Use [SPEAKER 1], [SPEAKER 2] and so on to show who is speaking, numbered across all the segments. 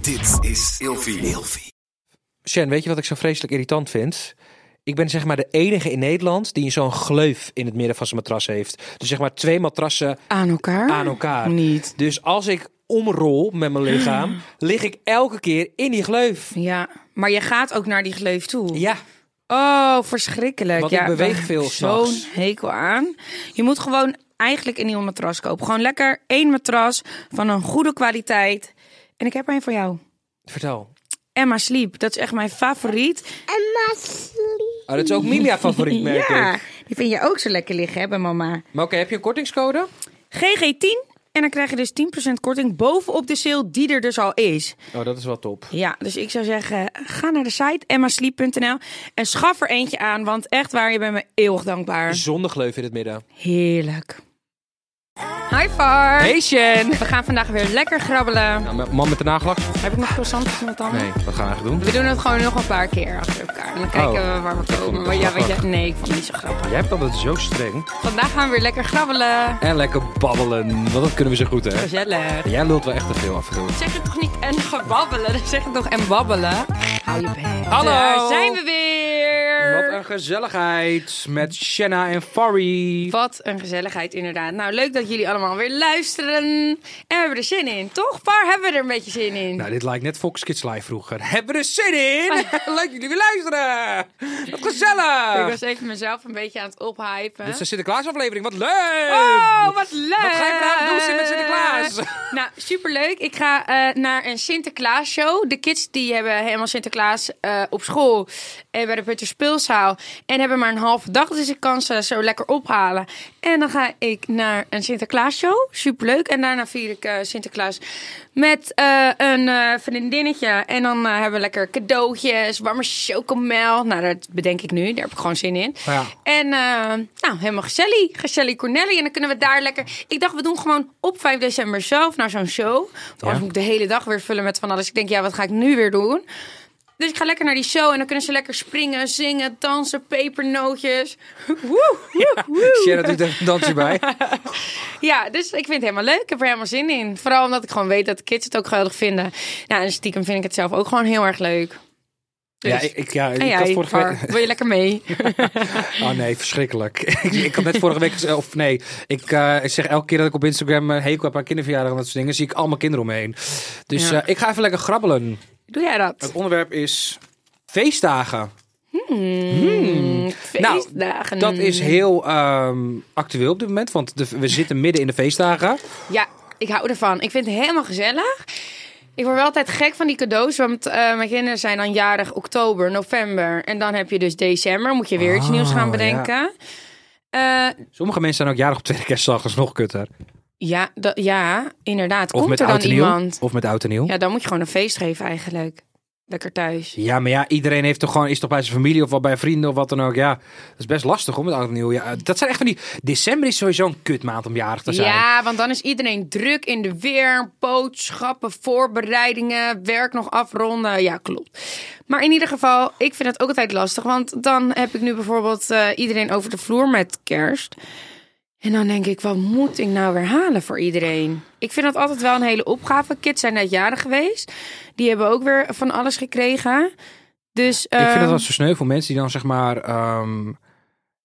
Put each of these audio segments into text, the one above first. [SPEAKER 1] Dit is Ilfie.
[SPEAKER 2] Shen, weet je wat ik zo vreselijk irritant vind? Ik ben zeg maar de enige in Nederland die zo'n gleuf in het midden van zijn matras heeft. Dus zeg maar twee matrassen
[SPEAKER 3] Aan elkaar?
[SPEAKER 2] aan elkaar.
[SPEAKER 3] Ah, Niet. Ah.
[SPEAKER 2] Dus als ik omrol met mijn lichaam, lig ik elke keer in die gleuf.
[SPEAKER 3] Ja, maar je gaat ook naar die gleuf toe.
[SPEAKER 2] Ja,
[SPEAKER 3] Oh, verschrikkelijk.
[SPEAKER 2] Want
[SPEAKER 3] ja,
[SPEAKER 2] ik beweeg
[SPEAKER 3] daar
[SPEAKER 2] veel
[SPEAKER 3] heb ik Zo'n
[SPEAKER 2] s'nachts.
[SPEAKER 3] hekel aan. Je moet gewoon eigenlijk een nieuw matras kopen. Gewoon lekker één matras van een goede kwaliteit. En ik heb er een voor jou.
[SPEAKER 2] vertel.
[SPEAKER 3] Emma Sleep, dat is echt mijn favoriet.
[SPEAKER 4] Emma Slee.
[SPEAKER 2] Ah, dat is ook Milia favoriet, merk
[SPEAKER 3] ja,
[SPEAKER 2] ik.
[SPEAKER 3] die vind je ook zo lekker liggen, hè, bij mama.
[SPEAKER 2] Maar oké, heb je een kortingscode?
[SPEAKER 3] GG10. En dan krijg je dus 10% korting bovenop de sale die er dus al is.
[SPEAKER 2] Oh, dat is wel top.
[SPEAKER 3] Ja, dus ik zou zeggen, ga naar de site emmasleep.nl en schaf er eentje aan, want echt waar, je bent me eeuwig dankbaar.
[SPEAKER 2] Zonder gleuf in het midden.
[SPEAKER 3] Heerlijk. Hi Far.
[SPEAKER 2] Hey Shen!
[SPEAKER 3] We gaan vandaag weer lekker grabbelen.
[SPEAKER 2] Nou, man met de nagelak?
[SPEAKER 3] Heb ik nog croissantjes met tanden?
[SPEAKER 2] Nee, wat gaan we eigenlijk doen?
[SPEAKER 3] We doen het gewoon nog een paar keer achter elkaar. En dan kijken
[SPEAKER 2] Oh.
[SPEAKER 3] we waar we komen.
[SPEAKER 2] het
[SPEAKER 3] Maar ja,
[SPEAKER 2] grappig.
[SPEAKER 3] weet je, nee, ik vond het niet zo grappig.
[SPEAKER 2] Jij hebt altijd zo streng.
[SPEAKER 3] Vandaag gaan we weer lekker grabbelen.
[SPEAKER 2] En lekker babbelen, want dat kunnen we zo goed, hè?
[SPEAKER 3] Gezellig.
[SPEAKER 2] Jij lult wel echt te veel af, Gil.
[SPEAKER 3] Zeg het toch niet en gebabbelen? Dan Zeg het toch en babbelen? Hou je bek.
[SPEAKER 2] Hallo.
[SPEAKER 3] Daar zijn we weer.
[SPEAKER 2] Wat een gezelligheid met Shanna en Fari.
[SPEAKER 3] Wat een gezelligheid, inderdaad. Nou, leuk dat jullie allemaal weer luisteren. En we hebben er zin in, toch? Paar hebben we er een beetje zin in.
[SPEAKER 2] Nou, dit lijkt net Fox Kids Live vroeger. Hebben we er zin in? Leuk jullie weer luisteren. Wat gezellig.
[SPEAKER 3] Ik was even mezelf een beetje aan het ophypen.
[SPEAKER 2] Dit is een Sinterklaasaflevering. Wat leuk.
[SPEAKER 3] Oh, wat leuk!
[SPEAKER 2] Wat ga je vanavond doen, Sim, met Sinterklaas?
[SPEAKER 3] Nou, superleuk. Ik ga eh, naar een Sinterklaas-show. De kids die hebben helemaal Sinterklaas eh, op school en bij de Peter Speelzaal. En hebben maar een halve dag, dus ik kan ze zo lekker ophalen. En dan ga ik naar een Sinterklaas-show. Superleuk. En daarna vier ik eh, Sinterklaas met eh, een eh, vriendinnetje. En dan eh, hebben we lekker cadeautjes, warme chocomel. Nou, dat bedenk ik nu. Daar heb ik gewoon zin in.
[SPEAKER 2] Ja.
[SPEAKER 3] En eh, nou, helemaal gezellig. Gezellig Cornelli. En dan kunnen we daar lekker... Ik dacht, we doen gewoon op 5 december zelf naar zo'n show. Want anders moet ik de hele dag weer vullen met van alles. Ik denk, ja, wat ga ik nu weer doen? Dus ik ga lekker naar die show. En dan kunnen ze lekker springen, zingen, dansen, pepernootjes. Woe, woe, woe.
[SPEAKER 2] Shanna doet er een dansje bij.
[SPEAKER 3] Ja, dus ik vind het helemaal leuk. Ik heb er helemaal zin in. Vooral omdat ik gewoon weet dat de kids het ook geweldig vinden. Nou, en stiekem vind ik het zelf ook gewoon heel erg leuk. Dus-
[SPEAKER 2] Ja, ik, ik- ja, ik
[SPEAKER 3] En
[SPEAKER 2] had
[SPEAKER 3] jij,
[SPEAKER 2] vorige
[SPEAKER 3] Cor,
[SPEAKER 2] week...
[SPEAKER 3] wil je lekker mee?
[SPEAKER 2] Oh nee, verschrikkelijk. ik, ik had net vorige week... gez- Of nee, ik, eh, ik zeg elke keer dat ik op Instagram een hekel heb aan kinderverjaardag en dat soort dingen, zie ik allemaal kinderen omheen. Dus
[SPEAKER 3] Ja.
[SPEAKER 2] eh, ik ga even lekker grabbelen.
[SPEAKER 3] Doe jij dat?
[SPEAKER 2] Het onderwerp is feestdagen. Nou,
[SPEAKER 3] Feestdagen.
[SPEAKER 2] Dat is heel ehm, actueel op dit moment, want de- we zitten midden in de feestdagen.
[SPEAKER 3] Ja, ik hou ervan. Ik vind het helemaal gezellig. Ik word wel altijd gek van die cadeaus, want eh, mijn kinderen zijn dan jarig oktober, november. En dan heb je dus december, moet je weer iets
[SPEAKER 2] Oh,
[SPEAKER 3] nieuws gaan
[SPEAKER 2] ja.
[SPEAKER 3] bedenken. Eh, Ja,
[SPEAKER 2] Sommige mensen zijn ook jarig op tweede kerstdag, dat is nog kutter.
[SPEAKER 3] ja, da- ja inderdaad.
[SPEAKER 2] Of
[SPEAKER 3] Komt
[SPEAKER 2] met
[SPEAKER 3] er dan
[SPEAKER 2] oud en nieuw.
[SPEAKER 3] iemand?
[SPEAKER 2] Of met oud en nieuw. Ja.
[SPEAKER 3] Ja, dan moet je gewoon een feest geven eigenlijk. Lekker thuis.
[SPEAKER 2] maar ja, iedereen heeft toch gewoon, is toch bij zijn familie of wel bij vrienden of wat dan ook. Ja, dat is best lastig hoor, met oud en nieuw. Ja, dat zijn echt van die, december is sowieso een kutmaand om jarig te zijn.
[SPEAKER 3] Ja, want dan is iedereen druk in de weer. Boodschappen, voorbereidingen, werk nog afronden. Ja, klopt. Maar in ieder geval, ik vind het ook altijd lastig. Want dan heb ik nu bijvoorbeeld eh, iedereen over de vloer met kerst. En dan denk ik, wat moet ik nou weer halen voor iedereen? Ik vind dat altijd wel een hele opgave. Kids zijn net jaren geweest. Die hebben ook weer van alles gekregen. Dus,
[SPEAKER 2] Ik vind
[SPEAKER 3] ehm,
[SPEAKER 2] dat wel zo sneu voor mensen die dan zeg maar, ehm,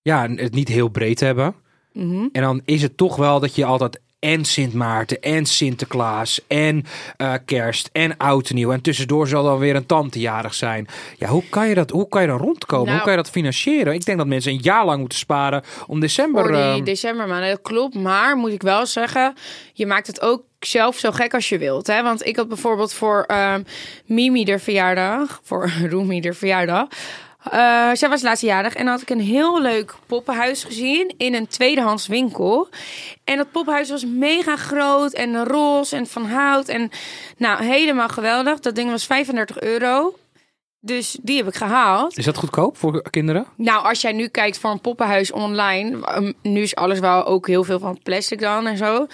[SPEAKER 2] ja, het niet heel breed hebben.
[SPEAKER 3] mhm.
[SPEAKER 2] En dan is het toch wel dat je altijd en Sint Maarten en Sinterklaas en eh, kerst en oud en nieuw. En tussendoor zal dan weer een tante jarig zijn. Ja, hoe kan je dat, hoe kan je dan rondkomen?
[SPEAKER 3] Nou.
[SPEAKER 2] hoe kan je dat financieren? Ik denk dat mensen een jaar lang moeten sparen om december...
[SPEAKER 3] voor die
[SPEAKER 2] ehm,
[SPEAKER 3] decembermaanden. Dat klopt, maar moet ik wel zeggen, je maakt het ook zelf zo gek als je wilt. Hè? Want ik had bijvoorbeeld voor ehm, Mimi de verjaardag, voor Roemie de verjaardag. eh, zij was laatstjarig en dan had ik een heel leuk poppenhuis gezien in een tweedehands winkel. En dat poppenhuis was mega groot en roze en van hout. En nou, helemaal geweldig. Dat ding was 35 euro. Dus die heb ik gehaald.
[SPEAKER 2] is dat goedkoop voor kinderen?
[SPEAKER 3] Nou, als jij nu kijkt voor een poppenhuis online. um, Nu is alles wel ook heel veel van plastic dan en zo.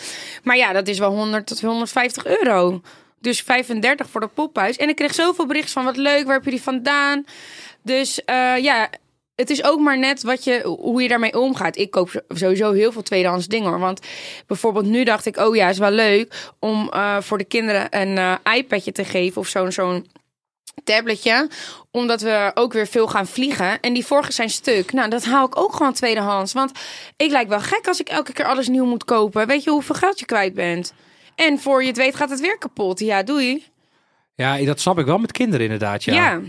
[SPEAKER 3] Maar ja, dat is wel 100 tot 150 euro. Dus 35 voor dat poppenhuis. En ik kreeg zoveel berichten van wat leuk, waar heb je die vandaan? Dus eh, ja, het is ook maar net wat je, hoe je daarmee omgaat. Ik koop sowieso heel veel tweedehands dingen hoor. Want bijvoorbeeld nu dacht ik, oh ja, is wel leuk om eh, voor de kinderen een eh, iPadje te geven of zo'n zo'n tabletje. Omdat we ook weer veel gaan vliegen. En die vorige zijn stuk. Nou, dat haal ik ook gewoon tweedehands. Want ik lijk wel gek als ik elke keer alles nieuw moet kopen. Weet je hoeveel geld je kwijt bent? En voor je het weet gaat het weer kapot. Ja, doei.
[SPEAKER 2] Ja, dat snap ik wel met kinderen inderdaad. Ja.
[SPEAKER 3] Ja.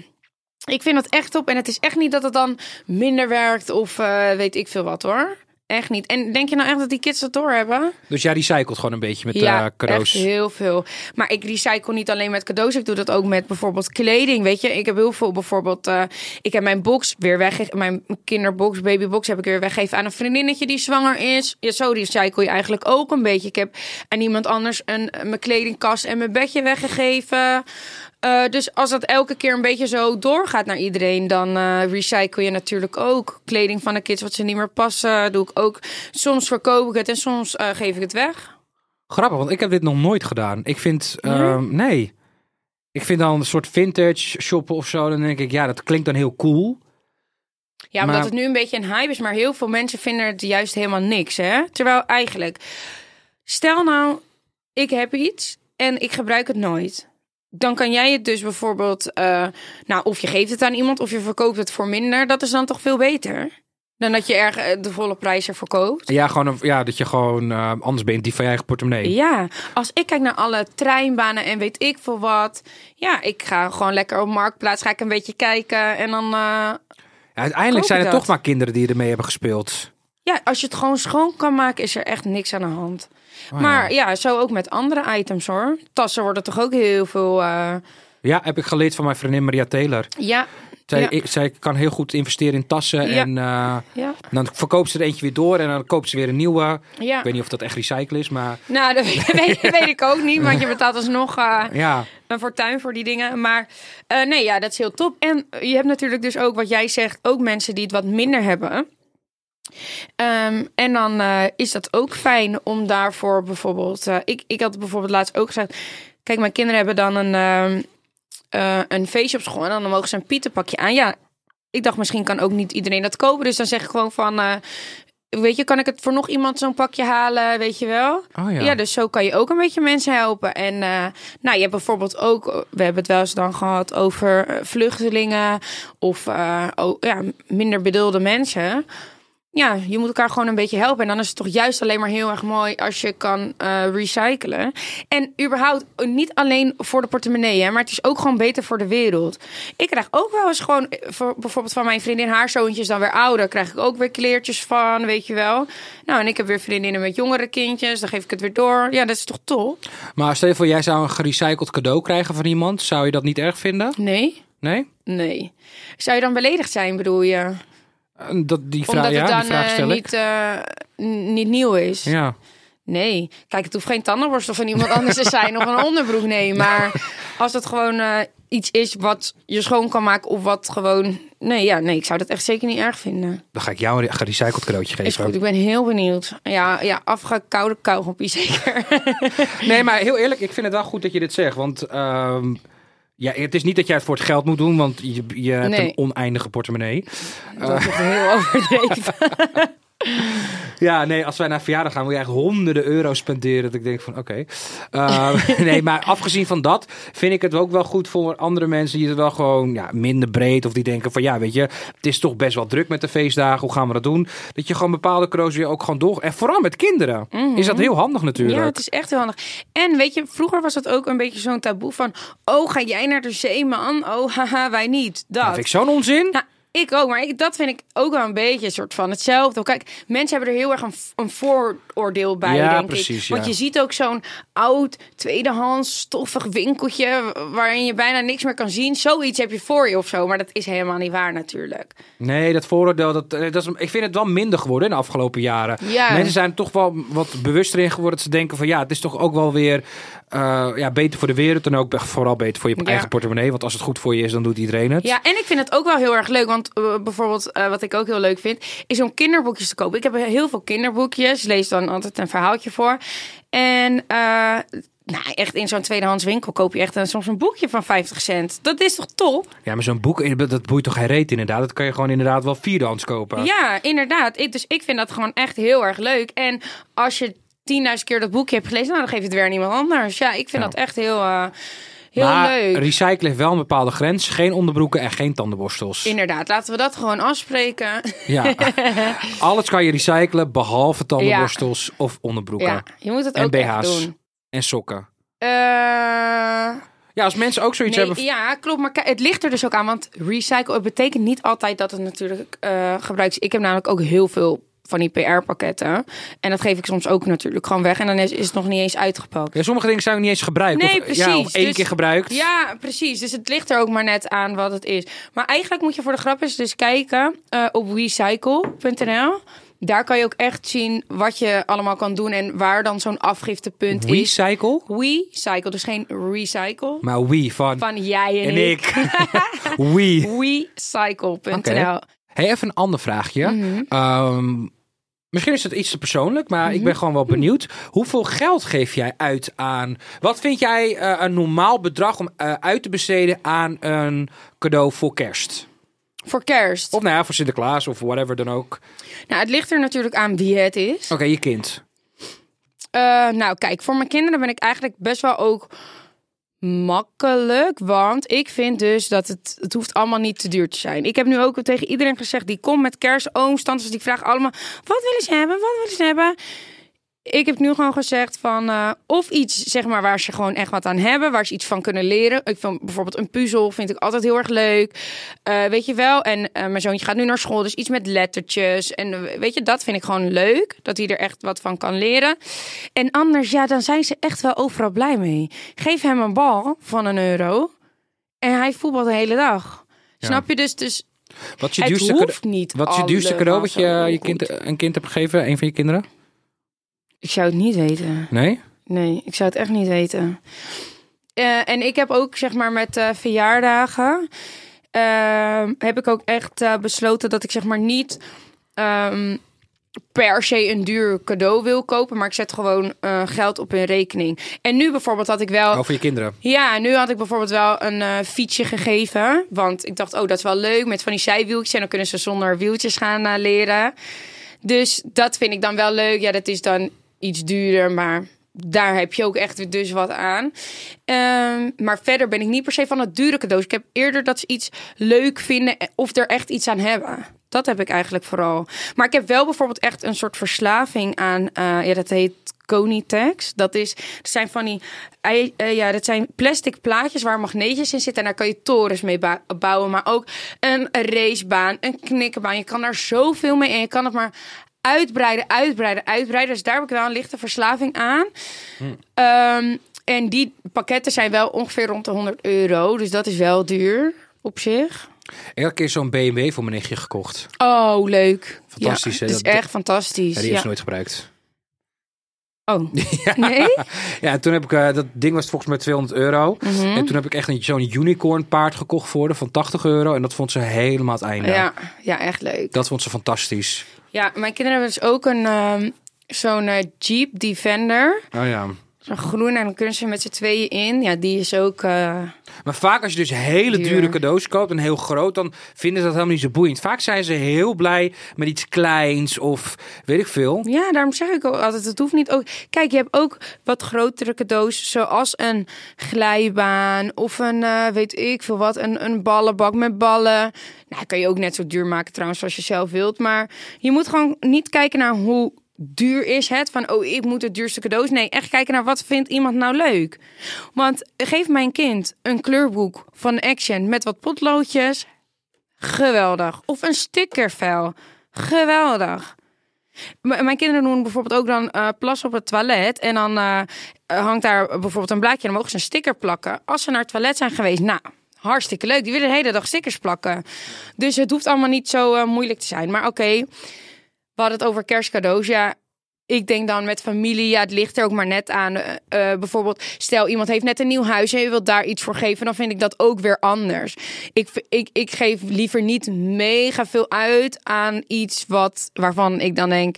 [SPEAKER 3] Ik vind dat echt top. En het is echt niet dat het dan minder werkt of eh, weet ik veel wat hoor. Echt niet. En denk je nou echt dat die kids dat doorhebben?
[SPEAKER 2] Dus jij recycelt gewoon een beetje met
[SPEAKER 3] ja,
[SPEAKER 2] eh, cadeaus.
[SPEAKER 3] echt heel veel. Maar ik recycle niet alleen met cadeaus. Ik doe dat ook met bijvoorbeeld kleding, weet je. Ik heb heel veel bijvoorbeeld... eh, ik heb mijn box weer weggegeven. Mijn kinderbox, babybox heb ik weer weggegeven aan een vriendinnetje die zwanger is. Ja, zo recycle je eigenlijk ook een beetje. Ik heb aan iemand anders een, mijn kledingkast en mijn bedje weggegeven. Eh, dus als dat elke keer een beetje zo doorgaat naar iedereen, dan eh, recycle je natuurlijk ook. Kleding van de kids wat ze niet meer passen, doe ik ook. Soms verkoop ik het en soms eh, geef ik het weg.
[SPEAKER 2] Grappig, want ik heb dit nog nooit gedaan. Ik vind, ehm, nee. Ik vind dan een soort vintage shoppen of zo. Dan denk ik, ja, dat klinkt dan heel cool.
[SPEAKER 3] Ja, omdat
[SPEAKER 2] Maar-
[SPEAKER 3] het nu een beetje een hype is, maar heel veel mensen vinden het juist helemaal niks, hè? Terwijl eigenlijk, stel nou, ik heb iets en ik gebruik het nooit. Dan kan jij het dus bijvoorbeeld, eh, nou, of je geeft het aan iemand of je verkoopt het voor minder. Dat is dan toch veel beter dan dat je erg eh, de volle prijs ervoor koopt.
[SPEAKER 2] Ja, gewoon, een- ja dat je gewoon eh, anders bent die van je eigen portemonnee.
[SPEAKER 3] Ja, als ik kijk naar alle treinbanen en weet ik veel wat. Ja, ik ga gewoon lekker op Marktplaats, ga ik een beetje kijken. En dan, eh,
[SPEAKER 2] Ja, uiteindelijk
[SPEAKER 3] Koop
[SPEAKER 2] zijn
[SPEAKER 3] ik
[SPEAKER 2] het
[SPEAKER 3] dat?
[SPEAKER 2] toch maar kinderen die ermee hebben gespeeld.
[SPEAKER 3] Ja, als je het gewoon schoon kan maken, is er echt niks aan de hand.
[SPEAKER 2] Oh
[SPEAKER 3] maar ja. zo ook met andere items hoor. Tassen worden toch ook heel veel. eh,
[SPEAKER 2] Ja, heb ik geleerd van mijn vriendin Maria Taylor.
[SPEAKER 3] ja,
[SPEAKER 2] Zij,
[SPEAKER 3] Ja.
[SPEAKER 2] ik- zij kan heel goed investeren in tassen.
[SPEAKER 3] Ja.
[SPEAKER 2] En eh,
[SPEAKER 3] ja,
[SPEAKER 2] dan verkoopt ze er eentje weer door. En dan koopt ze weer een nieuwe.
[SPEAKER 3] ja.
[SPEAKER 2] Ik weet niet of dat echt recycle is, maar
[SPEAKER 3] Nou, dat weet, weet- weet ik ook niet, want je betaalt alsnog eh,
[SPEAKER 2] ja.
[SPEAKER 3] een fortuin voor die dingen. Maar eh, nee, ja, dat is heel top. En je hebt natuurlijk dus ook wat jij zegt, ook mensen die het wat minder hebben. Ehm, en dan eh, is dat ook fijn om daarvoor bijvoorbeeld. eh, ik, ik had bijvoorbeeld laatst ook gezegd. Kijk, mijn kinderen hebben dan een, ehm, eh, een feestje op school. En dan mogen ze een pietenpakje aan. Ja, ik dacht misschien kan ook niet iedereen dat kopen. Dus dan zeg ik gewoon van. eh, weet je, kan ik het voor nog iemand zo'n pakje halen? Weet je wel?
[SPEAKER 2] Oh ja.
[SPEAKER 3] Ja, dus zo kan je ook een beetje mensen helpen. En eh, nou, je hebt bijvoorbeeld ook, we hebben het wel eens dan gehad over eh, vluchtelingen of eh, o- ja, minder bedeelde mensen. Ja, je moet elkaar gewoon een beetje helpen. En dan is het toch juist alleen maar heel erg mooi als je kan eh, recyclen. En überhaupt eh, niet alleen voor de portemonnee, hè, maar het is ook gewoon beter voor de wereld. Ik krijg ook wel eens gewoon, eh, voor, bijvoorbeeld van mijn vriendin, haar zoontje is dan weer ouder. Krijg ik ook weer kleertjes van, weet je wel. Nou, en ik heb weer vriendinnen met jongere kindjes. Dan geef ik het weer door. Ja, dat is toch top?
[SPEAKER 2] Maar stel je voor, jij zou een gerecycled cadeau krijgen van iemand. Zou je dat niet erg vinden?
[SPEAKER 3] Nee?
[SPEAKER 2] Nee?
[SPEAKER 3] Nee. Zou je dan beledigd zijn, bedoel je?
[SPEAKER 2] Eh, Dat, die, vraag,
[SPEAKER 3] Omdat
[SPEAKER 2] ja,
[SPEAKER 3] het
[SPEAKER 2] die
[SPEAKER 3] dan
[SPEAKER 2] vraag
[SPEAKER 3] eh,
[SPEAKER 2] stel ik.
[SPEAKER 3] niet, eh, n- niet nieuw is?
[SPEAKER 2] Ja.
[SPEAKER 3] Nee. Kijk, het hoeft geen tandenborstel van iemand anders te zijn of een onderbroek. Nee, maar als het gewoon eh, iets is wat je schoon kan maken of wat gewoon... Nee, ja, nee, ik zou dat echt zeker niet erg vinden.
[SPEAKER 2] Dan ga ik jou een gerecycled cadeautje
[SPEAKER 3] Is goed,
[SPEAKER 2] geven.
[SPEAKER 3] ik ben heel benieuwd. Ja, ja afgekoude kauwgompie zeker.
[SPEAKER 2] Nee, maar heel eerlijk, ik vind het wel goed dat je dit zegt. Want ehm, ja, het is niet dat jij het voor het geld moet doen, want je, je hebt
[SPEAKER 3] Nee.
[SPEAKER 2] een oneindige portemonnee.
[SPEAKER 3] Dat is echt heel overdreven.
[SPEAKER 2] Ja, nee, als wij naar verjaardag gaan, wil je echt honderden euro spenderen. Dat ik denk van, oké. Eh, nee, maar afgezien van dat, vind ik het ook wel goed voor andere mensen die het wel gewoon ja, minder breed. Of die denken van, ja, weet je, het is toch best wel druk met de feestdagen. Hoe gaan we dat doen? Dat je gewoon bepaalde cadeaus weer ook gewoon door... En vooral met kinderen is dat heel handig natuurlijk.
[SPEAKER 3] Mhm. Ja, het is echt heel handig. En weet je, vroeger was dat ook een beetje zo'n taboe van... Oh, ga jij naar de zee, man? Oh, haha, wij niet. Dat.
[SPEAKER 2] Dat vind ik zo'n onzin.
[SPEAKER 3] Nou, ik ook, maar ik, dat vind ik ook wel een beetje een soort van hetzelfde. Kijk, mensen hebben er heel erg een, een vooroordeel bij,
[SPEAKER 2] Ja,
[SPEAKER 3] denk
[SPEAKER 2] precies,
[SPEAKER 3] ik.
[SPEAKER 2] ja.
[SPEAKER 3] Want je ziet ook zo'n oud, tweedehands, stoffig winkeltje... waarin je bijna niks meer kan zien. Zoiets heb je voor je of zo, maar dat is helemaal niet waar natuurlijk.
[SPEAKER 2] Nee, dat vooroordeel, dat, eh, dat is, ik vind het wel minder geworden in de afgelopen jaren.
[SPEAKER 3] Ja.
[SPEAKER 2] Mensen zijn er toch wel wat bewuster in geworden. dat Ze denken van ja, het is toch ook wel weer eh, ja, beter voor de wereld. En ook be- vooral beter voor je
[SPEAKER 3] Ja.
[SPEAKER 2] eigen portemonnee. Want als het goed voor je is, dan doet iedereen het.
[SPEAKER 3] Ja, en ik vind het ook wel heel erg leuk. Want eh, bijvoorbeeld, eh, wat ik ook heel leuk vind, is om kinderboekjes te kopen. Ik heb heel veel kinderboekjes. Lees dan altijd een verhaaltje voor. En eh, nou, echt in zo'n tweedehands winkel koop je echt een, soms een boekje van 50 cent. Dat is toch top?
[SPEAKER 2] Ja, maar zo'n boek, eh, dat boeit toch geen reet inderdaad. Dat kan je gewoon inderdaad wel vierdehands kopen.
[SPEAKER 3] Ja, inderdaad. Ik, dus ik vind dat gewoon echt heel erg leuk. En als je 10.000 keer dat boekje hebt gelezen, nou, dan geef je het weer aan iemand anders. Ja, ik vind
[SPEAKER 2] Ja.
[SPEAKER 3] dat echt heel, eh, heel
[SPEAKER 2] maar
[SPEAKER 3] leuk.
[SPEAKER 2] recyclen heeft wel een bepaalde grens. Geen onderbroeken en geen tandenborstels.
[SPEAKER 3] Inderdaad, laten we dat gewoon afspreken.
[SPEAKER 2] Ja. Alles kan je recyclen, behalve tandenborstels of onderbroeken.
[SPEAKER 3] Ja, je moet het
[SPEAKER 2] En
[SPEAKER 3] ook echt
[SPEAKER 2] BH's.
[SPEAKER 3] doen.
[SPEAKER 2] En sokken.
[SPEAKER 3] Eh,
[SPEAKER 2] Ja, als mensen ook zoiets
[SPEAKER 3] nee,
[SPEAKER 2] hebben...
[SPEAKER 3] ja, klopt. Maar kijk, het ligt er dus ook aan. Want recycle het betekent niet altijd dat het natuurlijk eh, gebruikt is. Ik heb namelijk ook heel veel van die PR-pakketten. En dat geef ik soms ook natuurlijk gewoon weg. En dan is, is het nog niet eens uitgepakt.
[SPEAKER 2] Ja, sommige dingen zijn ook niet eens gebruikt.
[SPEAKER 3] Nee,
[SPEAKER 2] of, Ja, of
[SPEAKER 3] precies.
[SPEAKER 2] één
[SPEAKER 3] Dus-
[SPEAKER 2] keer gebruikt.
[SPEAKER 3] Ja, precies. Dus het ligt er ook maar net aan wat het is. Maar eigenlijk moet je voor de grap eens dus kijken eh, op recycle.nl. Daar kan je ook echt zien wat je allemaal kan doen en waar dan zo'n afgiftepunt is.
[SPEAKER 2] Recycle?
[SPEAKER 3] Recycle, dus geen recycle.
[SPEAKER 2] Maar we van...
[SPEAKER 3] Van jij en,
[SPEAKER 2] en ik. we.
[SPEAKER 3] Recycle.nl.
[SPEAKER 2] Oké. Hey, even een ander vraagje.
[SPEAKER 3] Mhm.
[SPEAKER 2] Ehm, misschien is het iets te persoonlijk, maar ik ben gewoon wel benieuwd. Hoeveel geld geef jij uit aan... Wat vind jij eh, een normaal bedrag om eh, uit te besteden aan een cadeau voor kerst?
[SPEAKER 3] Voor kerst.
[SPEAKER 2] Of nou ja, voor Sinterklaas of whatever dan ook. Oké,
[SPEAKER 3] Nou, het ligt er natuurlijk aan wie het is.
[SPEAKER 2] je kind.
[SPEAKER 3] Eh, nou, kijk, voor mijn kinderen ben ik eigenlijk best wel ook makkelijk. Want ik vind dus dat het, het hoeft allemaal niet te duur te zijn. Ik heb nu ook tegen iedereen gezegd die komt met kerst, ooms, tantes. Die vragen allemaal, wat willen ze hebben? Wat willen ze hebben? Ik heb nu gewoon gezegd van eh, of iets zeg maar waar ze gewoon echt wat aan hebben, waar ze iets van kunnen leren. Ik vind bijvoorbeeld een puzzel vind ik altijd heel erg leuk, Eh, weet je wel. En eh, mijn zoontje gaat nu naar school, dus iets met lettertjes en eh, weet je dat vind ik gewoon leuk, dat hij er echt wat van kan leren. En anders ja, dan zijn ze echt wel overal blij mee. Geef hem een bal van een euro en hij voetbalt de hele dag. Snap je dus? Dus
[SPEAKER 2] Wat is je
[SPEAKER 3] het
[SPEAKER 2] duurste
[SPEAKER 3] hoeft
[SPEAKER 2] cadeau-
[SPEAKER 3] niet.
[SPEAKER 2] Wat is je duurste cadeau
[SPEAKER 3] allemaal
[SPEAKER 2] wat
[SPEAKER 3] zo
[SPEAKER 2] je eh, je
[SPEAKER 3] goed.
[SPEAKER 2] kind, een kind hebt gegeven? Een van je kinderen?
[SPEAKER 3] Ik zou het niet weten.
[SPEAKER 2] Nee?
[SPEAKER 3] Nee, ik zou het echt niet weten. Eh, en ik heb ook, zeg maar, met eh, verjaardagen... ehm, heb ik ook echt eh, besloten dat ik, zeg maar, niet... ehm, per se een duur cadeau wil kopen, maar ik zet gewoon eh, geld op in rekening. En nu bijvoorbeeld had ik wel...
[SPEAKER 2] Oh, voor je kinderen.
[SPEAKER 3] Ja, nu had ik bijvoorbeeld wel een eh, fietsje gegeven. Want ik dacht, oh, dat is wel leuk met van die zijwieltjes. En dan kunnen ze zonder wieltjes gaan eh, leren. Dus dat vind ik dan wel leuk. Ja, dat is dan iets duurder, maar daar heb je ook echt dus wat aan. Ehm, maar verder ben ik niet per se van het dure cadeaus. Ik heb eerder dat ze iets leuk vinden of er echt iets aan hebben. Dat heb ik eigenlijk vooral. Maar ik heb wel bijvoorbeeld echt een soort verslaving aan... eh, ja, dat heet Conitex. Dat is, dat zijn van die, ei- eh, ja, dat zijn plastic plaatjes waar magneetjes in zitten. En daar kan je torens mee ba- bouwen, maar ook een racebaan, een knikkenbaan. Je kan daar zoveel mee en je kan het maar uitbreiden, uitbreiden, uitbreiden. Dus daar heb ik wel een lichte verslaving aan.
[SPEAKER 2] Hmm.
[SPEAKER 3] Ehm, en die pakketten zijn wel ongeveer rond de 100 euro. Dus dat is wel duur op zich.
[SPEAKER 2] Elke keer zo'n BMW voor mijn nichtje gekocht.
[SPEAKER 3] Oh, leuk.
[SPEAKER 2] Fantastisch,
[SPEAKER 3] Ja,
[SPEAKER 2] hè?
[SPEAKER 3] het is
[SPEAKER 2] Dat-
[SPEAKER 3] echt fantastisch.
[SPEAKER 2] Ja, die is nooit gebruikt.
[SPEAKER 3] Oh, nee?
[SPEAKER 2] Ja, en toen heb ik eh, dat ding was volgens mij 200 euro.
[SPEAKER 3] Mhm.
[SPEAKER 2] En toen heb ik echt een- zo'n unicorn paard gekocht voor haar van 80 euro. En dat vond ze helemaal het einde.
[SPEAKER 3] Ja, ja, echt leuk.
[SPEAKER 2] Dat vond ze fantastisch.
[SPEAKER 3] Ja, mijn kinderen hebben dus ook een ehm, zo'n eh, Jeep Defender.
[SPEAKER 2] Oh ja.
[SPEAKER 3] Zo'n groen en dan kunnen ze met z'n tweeën in. Ja, die is ook... eh,
[SPEAKER 2] Maar vaak als je dus hele
[SPEAKER 3] Duur.
[SPEAKER 2] dure cadeaus koopt en heel groot, dan vinden ze dat helemaal niet zo boeiend. Vaak zijn ze heel blij met iets kleins of weet ik veel.
[SPEAKER 3] Ja, daarom zeg ik ook altijd, het hoeft niet ook... Kijk, je hebt ook wat grotere cadeaus, zoals een glijbaan... of een, eh, weet ik veel wat, een, een ballenbak met ballen. Nou, kan je ook net zo duur maken trouwens, als je zelf wilt. Maar je moet gewoon niet kijken naar hoe duur is het. Van, oh, ik moet het duurste cadeaus. Nee, echt kijken naar wat vindt iemand nou leuk. Want geef mijn kind een kleurboek van Action met wat potloodjes... Geweldig. Of een stickervel. Geweldig. M- mijn kinderen doen bijvoorbeeld ook dan eh plas op het toilet. En dan eh, hangt daar bijvoorbeeld een blaadje en dan mogen ze een sticker plakken. Als ze naar het toilet zijn geweest, nou, hartstikke leuk. Die willen de hele dag stickers plakken. Dus het hoeft allemaal niet zo eh, moeilijk te zijn. Maar oké, we hadden het over kerstcadeaus. Ja, ik denk dan met familie, ja, het ligt er ook maar net aan. Eh, eh, bijvoorbeeld, stel iemand heeft net een nieuw huis en je wilt daar iets voor geven, dan vind ik dat ook weer anders. Ik, v- ik, ik geef liever niet mega veel uit aan iets wat, waarvan ik dan denk,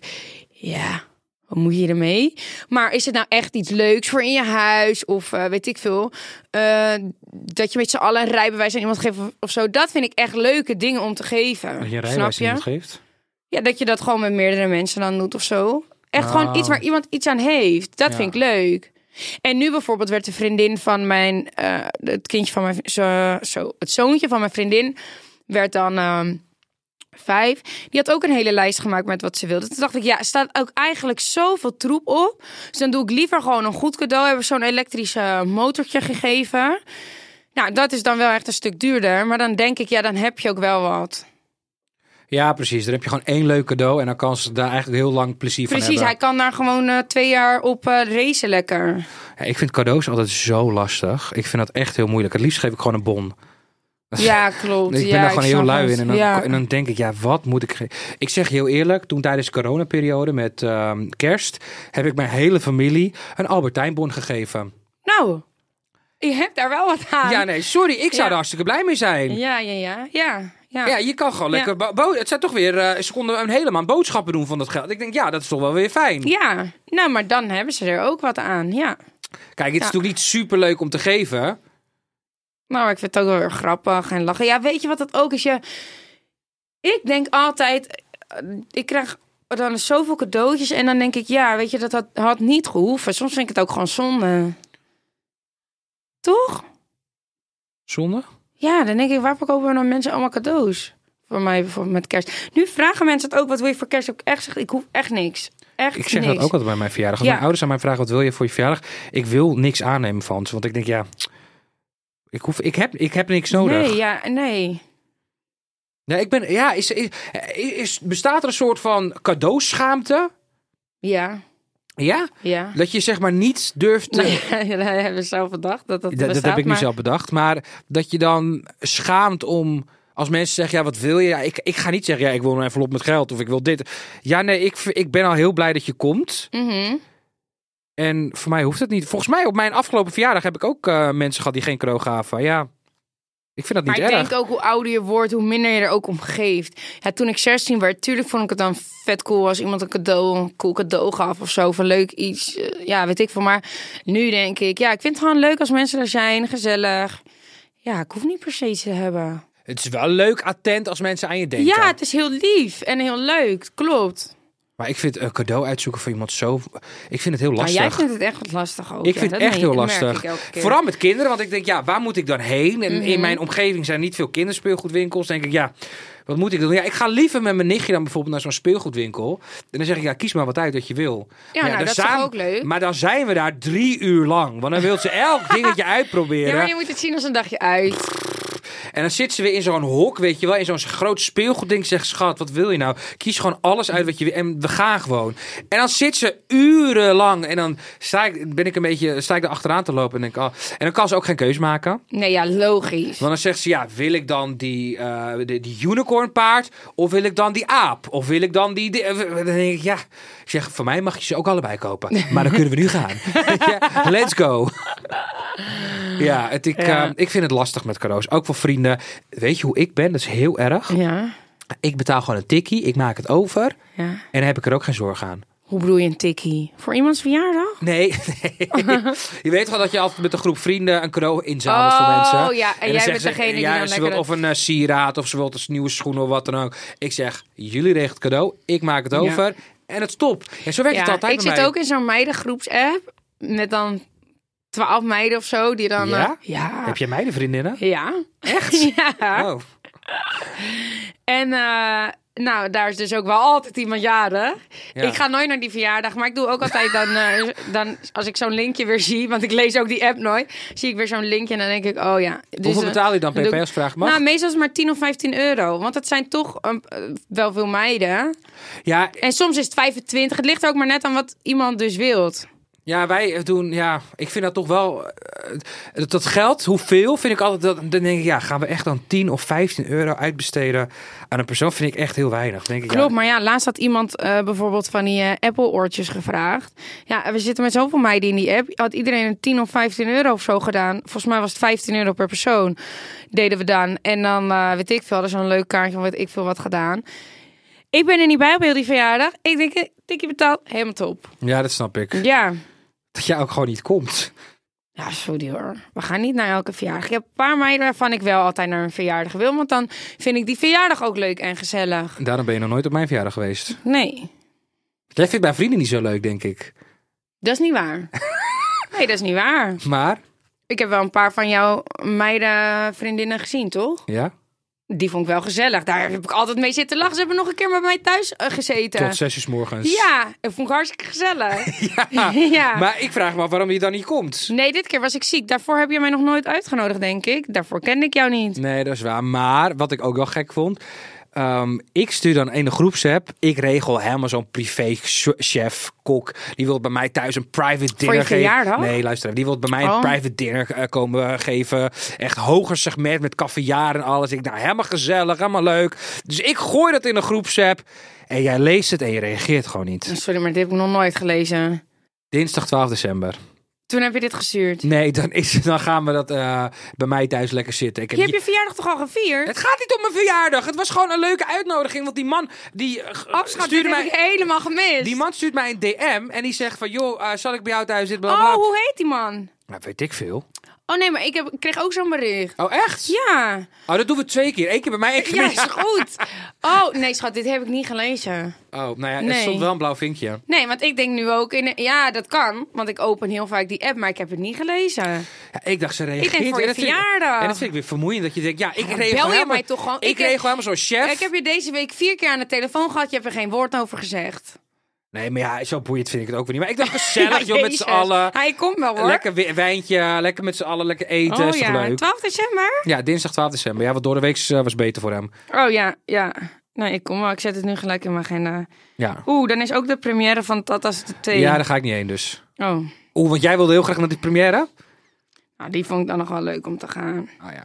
[SPEAKER 3] ja, wat moet je ermee? Maar is het nou echt iets leuks voor in je huis of eh, weet ik veel? eh, dat je met z'n allen een rijbewijs aan iemand geeft of, of zo. Dat vind ik echt leuke dingen om te geven.
[SPEAKER 2] Dat je een
[SPEAKER 3] snap
[SPEAKER 2] rijbewijs aan
[SPEAKER 3] je?
[SPEAKER 2] iemand geeft.
[SPEAKER 3] Ja, dat je dat gewoon met meerdere mensen dan doet of zo.
[SPEAKER 2] Ah.
[SPEAKER 3] Echt gewoon iets waar iemand iets aan heeft. Dat
[SPEAKER 2] Ja.
[SPEAKER 3] vind ik leuk. En nu bijvoorbeeld werd de vriendin van mijn... eh, het kindje van mijn... Zo, zo, het zoontje van mijn vriendin werd dan... ehm, Vijf. Die had ook een hele lijst gemaakt met wat ze wilde. Toen dacht ik, ja, er staat ook eigenlijk zoveel troep op. Dus dan doe ik liever gewoon een goed cadeau. Hebben we zo'n elektrisch eh, motortje gegeven. Nou, dat is dan wel echt een stuk duurder. Maar dan denk ik, ja, dan heb je ook wel wat.
[SPEAKER 2] Ja, precies. Dan heb je gewoon één leuk cadeau en dan kan ze daar eigenlijk heel lang plezier van
[SPEAKER 3] Precies, hij
[SPEAKER 2] hebben.
[SPEAKER 3] kan daar gewoon eh, twee jaar op eh, racen lekker.
[SPEAKER 2] Ja, ik vind cadeaus altijd zo lastig. Ik vind dat echt heel moeilijk. Het liefst geef ik gewoon een bon.
[SPEAKER 3] Ja, klopt.
[SPEAKER 2] Ik
[SPEAKER 3] ja,
[SPEAKER 2] ben daar gewoon heel
[SPEAKER 3] snap
[SPEAKER 2] lui
[SPEAKER 3] het.
[SPEAKER 2] in. En dan,
[SPEAKER 3] ja.
[SPEAKER 2] en dan denk ik, ja, wat moet ik... ge- Ik zeg je heel eerlijk, toen tijdens de coronaperiode met ehm, kerst... heb ik mijn hele familie een Albertijnbon gegeven.
[SPEAKER 3] Nou, je hebt daar wel wat aan.
[SPEAKER 2] Ja, nee, sorry. Ik zou
[SPEAKER 3] Ja.
[SPEAKER 2] er hartstikke blij mee zijn.
[SPEAKER 3] ja, ja, ja. Ja, ja.
[SPEAKER 2] Ja, je kan gewoon
[SPEAKER 3] Ja.
[SPEAKER 2] lekker... bo- bo- het zijn toch weer... eh, ze konden een hele maand boodschappen doen van dat geld. Ik denk, ja, dat is toch wel weer fijn.
[SPEAKER 3] Ja. nou, maar dan hebben ze er ook wat aan, ja.
[SPEAKER 2] Kijk, het is
[SPEAKER 3] Ja.
[SPEAKER 2] natuurlijk niet superleuk om te geven.
[SPEAKER 3] Nou, ik vind het ook wel weer grappig en lachen. Ja, weet je wat dat ook is? Je... Ik denk altijd, eh, ik krijg dan zoveel cadeautjes en dan denk ik, ja, weet je, dat had, had niet gehoeven. Soms vind ik het ook gewoon zonde. Toch?
[SPEAKER 2] Zonde?
[SPEAKER 3] Ja, dan denk ik, waar kopen dan mensen allemaal cadeaus? Voor mij bijvoorbeeld met kerst. Nu vragen mensen het ook, wat wil je voor kerst? Ik echt zeg, ik hoef echt niks. Echt
[SPEAKER 2] Ik zeg
[SPEAKER 3] niks.
[SPEAKER 2] dat ook altijd bij mijn verjaardag. Als
[SPEAKER 3] Ja.
[SPEAKER 2] mijn ouders aan mij vragen, wat wil je voor je verjaardag? Ik wil niks aannemen van ze. Want ik denk, ja... Ik, hoef, ik, heb, ik heb niks nodig.
[SPEAKER 3] Nee, ja, nee.
[SPEAKER 2] Nee, ik ben. Ja, is, is, is- bestaat er een soort van cadeauschaamte?
[SPEAKER 3] Ja,
[SPEAKER 2] Ja?
[SPEAKER 3] ja.
[SPEAKER 2] Dat je zeg maar niet durft. te-
[SPEAKER 3] Nou ja, dat hebben we zelf bedacht. Dat, dat,
[SPEAKER 2] dat, dat
[SPEAKER 3] bestaat,
[SPEAKER 2] heb ik
[SPEAKER 3] maar-
[SPEAKER 2] niet zelf bedacht. Maar dat je dan schaamt om. Als mensen zeggen, ja, wat wil je? Ja, ik, ik ga niet zeggen, ja, ik wil een envelop met geld of ik wil dit. Ja, nee, ik, ik ben al heel blij dat je komt.
[SPEAKER 3] Mhm.
[SPEAKER 2] En voor mij hoeft het niet. Volgens mij op mijn afgelopen verjaardag heb ik ook eh, mensen gehad die geen cadeau gaven. Ja, ik vind dat niet
[SPEAKER 3] Maar ik
[SPEAKER 2] erg.
[SPEAKER 3] denk ook hoe ouder je wordt, hoe minder je er ook om geeft. Ja, toen ik 16 werd, tuurlijk vond ik het dan vet cool als iemand een cadeau, een cool cadeau gaf of zo. Of een leuk iets. eh, Ja, weet ik veel. Maar nu denk ik, ja, ik vind het gewoon leuk als mensen er zijn, gezellig. Ja, ik hoef niet per se iets te hebben.
[SPEAKER 2] Het is wel leuk attent als mensen aan je denken.
[SPEAKER 3] Ja, het is heel lief en heel leuk. Klopt.
[SPEAKER 2] Maar ik vind een cadeau uitzoeken voor iemand zo... Ik vind het heel
[SPEAKER 3] Maar
[SPEAKER 2] lastig.
[SPEAKER 3] Nou, jij vindt het echt wat lastig ook.
[SPEAKER 2] Ik
[SPEAKER 3] ja,
[SPEAKER 2] vind
[SPEAKER 3] dat
[SPEAKER 2] het echt
[SPEAKER 3] meen-
[SPEAKER 2] heel
[SPEAKER 3] dat merk
[SPEAKER 2] lastig.
[SPEAKER 3] ik elke keer. Mhm.
[SPEAKER 2] Vooral met kinderen, want ik denk, ja, waar moet ik dan heen? En in mijn omgeving zijn niet veel kinderspeelgoedwinkels. Dan denk ik, ja, wat moet ik doen? Ja, ik ga liever met mijn nichtje dan bijvoorbeeld naar zo'n speelgoedwinkel. En dan zeg ik, ja, kies maar wat uit dat je wil.
[SPEAKER 3] Ja, nou,
[SPEAKER 2] dan
[SPEAKER 3] dat is toch
[SPEAKER 2] staan-
[SPEAKER 3] ook leuk?
[SPEAKER 2] Maar dan zijn we daar drie uur lang. Want dan wil ze elk dingetje
[SPEAKER 3] Ja,
[SPEAKER 2] uitproberen.
[SPEAKER 3] maar je moet het zien als een dagje uit.
[SPEAKER 2] En dan zit ze weer in zo'n hok, weet je wel, in zo'n groot speelgoedding. Ze Zegt, schat, wat wil je nou? Kies gewoon alles uit wat je wil en we gaan gewoon. En dan zit ze urenlang en dan sta ik, ben ik een beetje, sta ik er achteraan te lopen. En, denk, ik, ah. en dan kan ze ook geen keus maken.
[SPEAKER 3] Nee, ja, logisch.
[SPEAKER 2] Want dan zegt ze, ja, wil ik dan die, eh, de- die unicornpaard of wil ik dan die aap? Of wil ik dan die... die- eh, dan denk ik, ja, ik zeg, voor mij mag je ze ook allebei kopen. Maar dan kunnen we nu gaan. Ja, let's go. ja, het, ik,
[SPEAKER 3] Ja.
[SPEAKER 2] eh, ik vind het lastig met cadeaus. Ook voor vrienden. Weet je hoe ik ben? Dat is heel erg.
[SPEAKER 3] Ja,
[SPEAKER 2] Ik betaal gewoon een tikkie, ik maak het over en
[SPEAKER 3] ja.
[SPEAKER 2] dan heb ik er ook geen zorg aan.
[SPEAKER 3] Hoe bedoel je een tikkie? Voor iemands verjaardag?
[SPEAKER 2] Nee, nee. je weet gewoon dat je altijd met een groep vrienden een cadeau inzamelt voor
[SPEAKER 3] Oh,
[SPEAKER 2] mensen.
[SPEAKER 3] ja, en
[SPEAKER 2] dan
[SPEAKER 3] jij
[SPEAKER 2] zeggen
[SPEAKER 3] bent
[SPEAKER 2] ze,
[SPEAKER 3] degene die
[SPEAKER 2] ja,
[SPEAKER 3] dan
[SPEAKER 2] ze
[SPEAKER 3] lekker
[SPEAKER 2] wil Of een eh, sieraad, of ze wil een nieuwe schoen of wat dan ook. Ik zeg, jullie regelen het cadeau, ik maak het
[SPEAKER 3] Ja.
[SPEAKER 2] over en het stopt. En zo werkt het altijd
[SPEAKER 3] ik
[SPEAKER 2] bij
[SPEAKER 3] zit
[SPEAKER 2] mij.
[SPEAKER 3] ook in zo'n meidengroepsapp met dan twaalf meiden of zo die dan...
[SPEAKER 2] Ja?
[SPEAKER 3] eh, ja.
[SPEAKER 2] Heb jij mij de vriendinnen?
[SPEAKER 3] Ja.
[SPEAKER 2] Echt?
[SPEAKER 3] ja.
[SPEAKER 2] Oh.
[SPEAKER 3] En eh, nou, daar is dus ook wel altijd iemand jarig.
[SPEAKER 2] Ja.
[SPEAKER 3] Ik ga nooit naar die verjaardag, maar ik doe ook altijd dan, eh, dan als ik zo'n linkje weer zie, want ik lees ook die app nooit, zie ik weer zo'n linkje en dan denk ik, oh ja. Dus,
[SPEAKER 2] Hoeveel
[SPEAKER 3] eh,
[SPEAKER 2] betaal je dan
[SPEAKER 3] doe
[SPEAKER 2] pp
[SPEAKER 3] ik-
[SPEAKER 2] als vraag mag?
[SPEAKER 3] Nou, meestal is het maar 10 of 15 euro, want dat zijn toch een- eh, wel veel meiden.
[SPEAKER 2] ja,
[SPEAKER 3] En soms is het 25. Het ligt er ook maar net aan wat iemand dus wilt.
[SPEAKER 2] ja, wij doen, ja, ik vind dat toch wel, eh, dat, dat geld, hoeveel, vind ik altijd, dat, dan denk ik, ja, gaan we echt dan 10 of 15 euro uitbesteden aan een persoon, vind ik echt heel weinig. Dan Denk ik, ja,
[SPEAKER 3] Klopt, maar ja, laatst had iemand eh, bijvoorbeeld van die eh, Apple-oortjes gevraagd. Ja, eh, we zitten met zoveel meiden in die app. Had iedereen een 10 of 15 euro of zo gedaan. Volgens mij was het 15 euro per persoon. Deden we dan. En dan, eh, weet ik veel, hadden zo'n leuk kaartje van weet ik veel wat gedaan. Ik ben er niet bij op heel die verjaardag. Ik denk, eh, tikje betaald, helemaal top.
[SPEAKER 2] Ja, dat snap ik.
[SPEAKER 3] Ja.
[SPEAKER 2] Dat jij ook gewoon niet komt.
[SPEAKER 3] Ja, sorry hoor. We gaan niet naar elke verjaardag. Ik heb een paar meiden waarvan ik wel altijd naar een verjaardag wil. Want dan vind ik die verjaardag ook leuk en gezellig.
[SPEAKER 2] Daarom ben je nog nooit op mijn verjaardag geweest.
[SPEAKER 3] Nee,
[SPEAKER 2] Jij vindt mijn vrienden niet zo leuk, denk ik.
[SPEAKER 3] dat is niet waar. Nee, dat is niet waar.
[SPEAKER 2] Maar,
[SPEAKER 3] Ik heb wel een paar van jouw meiden vriendinnen gezien, toch?
[SPEAKER 2] ja,
[SPEAKER 3] Die vond ik wel gezellig. Daar heb ik altijd mee zitten lachen. Ze hebben nog een keer bij mij thuis eh, gezeten.
[SPEAKER 2] tot zes uur 's morgens.
[SPEAKER 3] Ja, dat vond ik hartstikke gezellig.
[SPEAKER 2] Ja.
[SPEAKER 3] ja.
[SPEAKER 2] Maar ik vraag me af waarom je dan niet komt.
[SPEAKER 3] Nee, dit keer was ik ziek. Daarvoor heb je mij nog nooit uitgenodigd, denk ik. Daarvoor kende ik jou niet.
[SPEAKER 2] Nee, dat is waar. Maar, wat ik ook wel gek vond... ehm, ik stuur dan een groepsapp. Ik regel helemaal zo'n privé ch- chef, kok. Die wil bij mij thuis een private dinner
[SPEAKER 3] verjaardag?
[SPEAKER 2] geven. Nee, luister even. Die wil bij mij een
[SPEAKER 3] Oh.
[SPEAKER 2] private dinner eh, komen eh, geven. Echt hoger segment met caviar en alles. Ik nou, helemaal gezellig, helemaal leuk. Dus ik gooi dat in een groepsapp. En jij leest het en je reageert gewoon niet.
[SPEAKER 3] Sorry, maar dit heb ik nog nooit gelezen.
[SPEAKER 2] Dinsdag 12 december.
[SPEAKER 3] Toen heb je dit gestuurd.
[SPEAKER 2] Nee, dan, is, dan gaan we dat eh, bij mij thuis lekker zitten. Ik heb
[SPEAKER 3] Je hebt
[SPEAKER 2] niet-
[SPEAKER 3] je verjaardag toch al gevierd?
[SPEAKER 2] Het gaat niet om mijn verjaardag. Het was gewoon een leuke uitnodiging. Want die man die eh,
[SPEAKER 3] Oh, schat, dit
[SPEAKER 2] stuurde
[SPEAKER 3] heb ik
[SPEAKER 2] mij.
[SPEAKER 3] helemaal gemist.
[SPEAKER 2] Die man stuurt mij een DM en die zegt van... joh, eh, zal ik bij jou thuis zitten? Bla,
[SPEAKER 3] Oh,
[SPEAKER 2] bla.
[SPEAKER 3] hoe heet die man?
[SPEAKER 2] Nou, weet ik veel.
[SPEAKER 3] Oh nee, maar ik, heb, ik kreeg ook zo'n bericht.
[SPEAKER 2] Oh, echt?
[SPEAKER 3] Ja,
[SPEAKER 2] Oh, dat doen we twee keer. Eén keer bij mij, één keer
[SPEAKER 3] ja,
[SPEAKER 2] bij
[SPEAKER 3] is
[SPEAKER 2] jou.
[SPEAKER 3] goed. Oh, nee, schat, dit heb ik niet gelezen.
[SPEAKER 2] Oh, nou ja, er
[SPEAKER 3] Nee.
[SPEAKER 2] stond wel een blauw vinkje.
[SPEAKER 3] Nee, want ik denk nu ook in. Ja, dat kan. Want ik open heel vaak die app, maar ik heb het niet gelezen.
[SPEAKER 2] Ja, ik dacht, ze reageert.
[SPEAKER 3] voor
[SPEAKER 2] En
[SPEAKER 3] je
[SPEAKER 2] dat vind ik-
[SPEAKER 3] verjaardag.
[SPEAKER 2] En dat vind ik weer vermoeiend. Dat je denkt, ja, ik regel
[SPEAKER 3] dan bel je
[SPEAKER 2] helemaal-
[SPEAKER 3] mij toch gewoon.
[SPEAKER 2] Ik
[SPEAKER 3] Ik heb-
[SPEAKER 2] regel helemaal zo'n chef.
[SPEAKER 3] Ik heb je deze week vier keer aan de telefoon gehad. Je hebt er geen woord over gezegd.
[SPEAKER 2] Nee, maar ja, zo boeiend vind ik het ook weer niet. Maar ik dacht, gezellig,
[SPEAKER 3] Ja,
[SPEAKER 2] joh, met
[SPEAKER 3] Jezus.
[SPEAKER 2] z'n allen.
[SPEAKER 3] Hij komt wel hoor.
[SPEAKER 2] Lekker wi- wijntje, lekker met z'n allen, lekker eten.
[SPEAKER 3] oh
[SPEAKER 2] is toch
[SPEAKER 3] ja,
[SPEAKER 2] leuk?
[SPEAKER 3] 12 december?
[SPEAKER 2] Ja, dinsdag 12 december. Ja, wat door de week eh, was beter voor hem.
[SPEAKER 3] Oh ja, ja. Nee, ik kom wel. Ik zet het nu gelijk in mijn agenda.
[SPEAKER 2] Ja.
[SPEAKER 3] Oeh, dan is ook de première van Tata's de Thee.
[SPEAKER 2] Ja, daar ga ik niet heen dus.
[SPEAKER 3] Oh,
[SPEAKER 2] Oeh, want jij wilde heel graag naar die première?
[SPEAKER 3] nou, die vond ik dan nog wel leuk om te gaan.
[SPEAKER 2] Ah ja.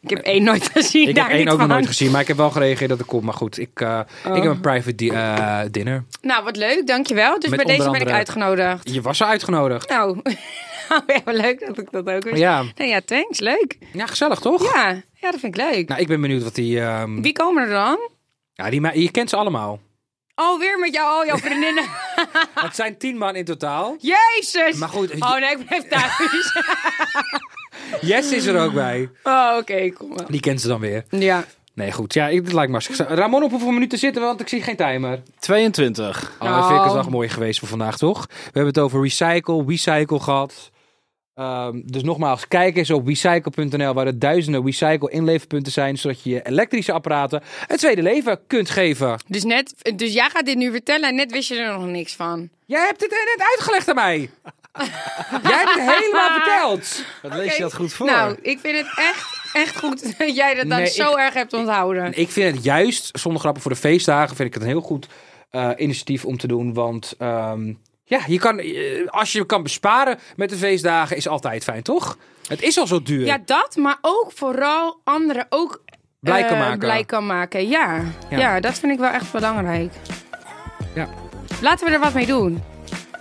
[SPEAKER 3] Ik heb één nooit gezien.
[SPEAKER 2] Ik
[SPEAKER 3] daar
[SPEAKER 2] heb één
[SPEAKER 3] niet
[SPEAKER 2] ook nog
[SPEAKER 3] van.
[SPEAKER 2] nooit gezien, maar ik heb wel gereageerd dat ik kom. Maar goed, ik, eh, ik heb een private di- eh, dinner.
[SPEAKER 3] Nou, wat leuk, dankjewel. Dus
[SPEAKER 2] Met
[SPEAKER 3] bij deze
[SPEAKER 2] onder
[SPEAKER 3] ben ik
[SPEAKER 2] andere-
[SPEAKER 3] uitgenodigd.
[SPEAKER 2] Je was er uitgenodigd.
[SPEAKER 3] Nou, ja, wat leuk dat ik dat ook wist.
[SPEAKER 2] Ja,
[SPEAKER 3] Nou ja, thanks, leuk.
[SPEAKER 2] ja gezellig toch?
[SPEAKER 3] Ja, ja dat vind ik leuk.
[SPEAKER 2] Nou, ik ben benieuwd wat die... ehm,
[SPEAKER 3] Wie komen er dan?
[SPEAKER 2] ja, die me- je kent ze allemaal.
[SPEAKER 3] Oh, weer met jou, al jouw vriendinnen.
[SPEAKER 2] Het zijn tien man in totaal.
[SPEAKER 3] Jezus!
[SPEAKER 2] Maar goed,
[SPEAKER 3] Oh nee, ik blijf thuis.
[SPEAKER 2] Jess is er ook bij.
[SPEAKER 3] Oh, oké, kom wel.
[SPEAKER 2] Die kent ze dan weer.
[SPEAKER 3] Ja.
[SPEAKER 2] Nee, goed. Ja, ik, dat lijkt me hartstikke gezellig. Ramon, op hoeveel minuten zitten we? Want ik zie geen timer.
[SPEAKER 1] 22.
[SPEAKER 2] Oh, dat vind ik het
[SPEAKER 3] Oh.
[SPEAKER 2] wel mooi geweest voor vandaag, toch? We hebben het over recycle, recycle gehad. Ehm, dus nogmaals, kijk eens op recycle.nl waar er duizenden recycle inleverpunten zijn, zodat je je elektrische apparaten een tweede leven kunt geven.
[SPEAKER 3] Dus, net, dus jij gaat dit nu vertellen en net wist je er nog niks van.
[SPEAKER 2] Jij hebt het net uitgelegd aan mij. Jij hebt het helemaal verteld.
[SPEAKER 1] Wat lees je dat goed voor?
[SPEAKER 3] Nou, ik vind het echt, echt goed dat jij dat dan
[SPEAKER 2] Nee,
[SPEAKER 3] zo erg hebt onthouden.
[SPEAKER 2] Ik vind het juist, zonder grappen, voor de feestdagen vind ik het een heel goed eh, initiatief om te doen, want ehm, ja, je kan, eh, als je kan besparen met de feestdagen is altijd fijn, toch? Het is al zo duur.
[SPEAKER 3] Ja, dat, maar ook vooral anderen ook
[SPEAKER 2] Blij kan
[SPEAKER 3] eh,
[SPEAKER 2] maken.
[SPEAKER 3] blij kan maken. Ja.
[SPEAKER 2] Ja.
[SPEAKER 3] Ja. dat vind ik wel echt belangrijk.
[SPEAKER 2] Ja.
[SPEAKER 3] Laten we er wat mee doen.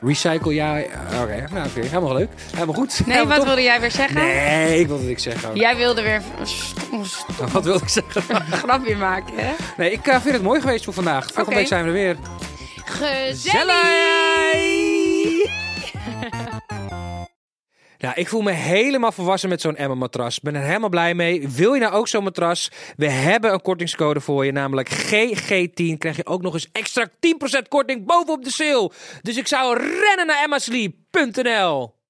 [SPEAKER 2] Recycle, ja. Oké, nou, oké. helemaal leuk. Helemaal goed.
[SPEAKER 3] Nee,
[SPEAKER 2] Helemaal
[SPEAKER 3] wat
[SPEAKER 2] top.
[SPEAKER 3] wilde jij weer zeggen?
[SPEAKER 2] Nee, ik wilde niks zeggen.
[SPEAKER 3] Jij wilde weer een stom, stom
[SPEAKER 2] Wat wilde ik zeggen?
[SPEAKER 3] grapje maken, hè?
[SPEAKER 2] Nee, ik eh, vind het mooi geweest voor vandaag. Volgende
[SPEAKER 3] Oké.
[SPEAKER 2] week zijn we er weer.
[SPEAKER 3] Gezellig!
[SPEAKER 2] Nou, ik voel me helemaal volwassen met zo'n Emma-matras. Ben er helemaal blij mee. Wil je nou ook zo'n matras? We hebben een kortingscode voor je, namelijk GG10. Krijg je ook nog eens extra 10% korting bovenop de sale. Dus ik zou rennen naar emmasleep.nl.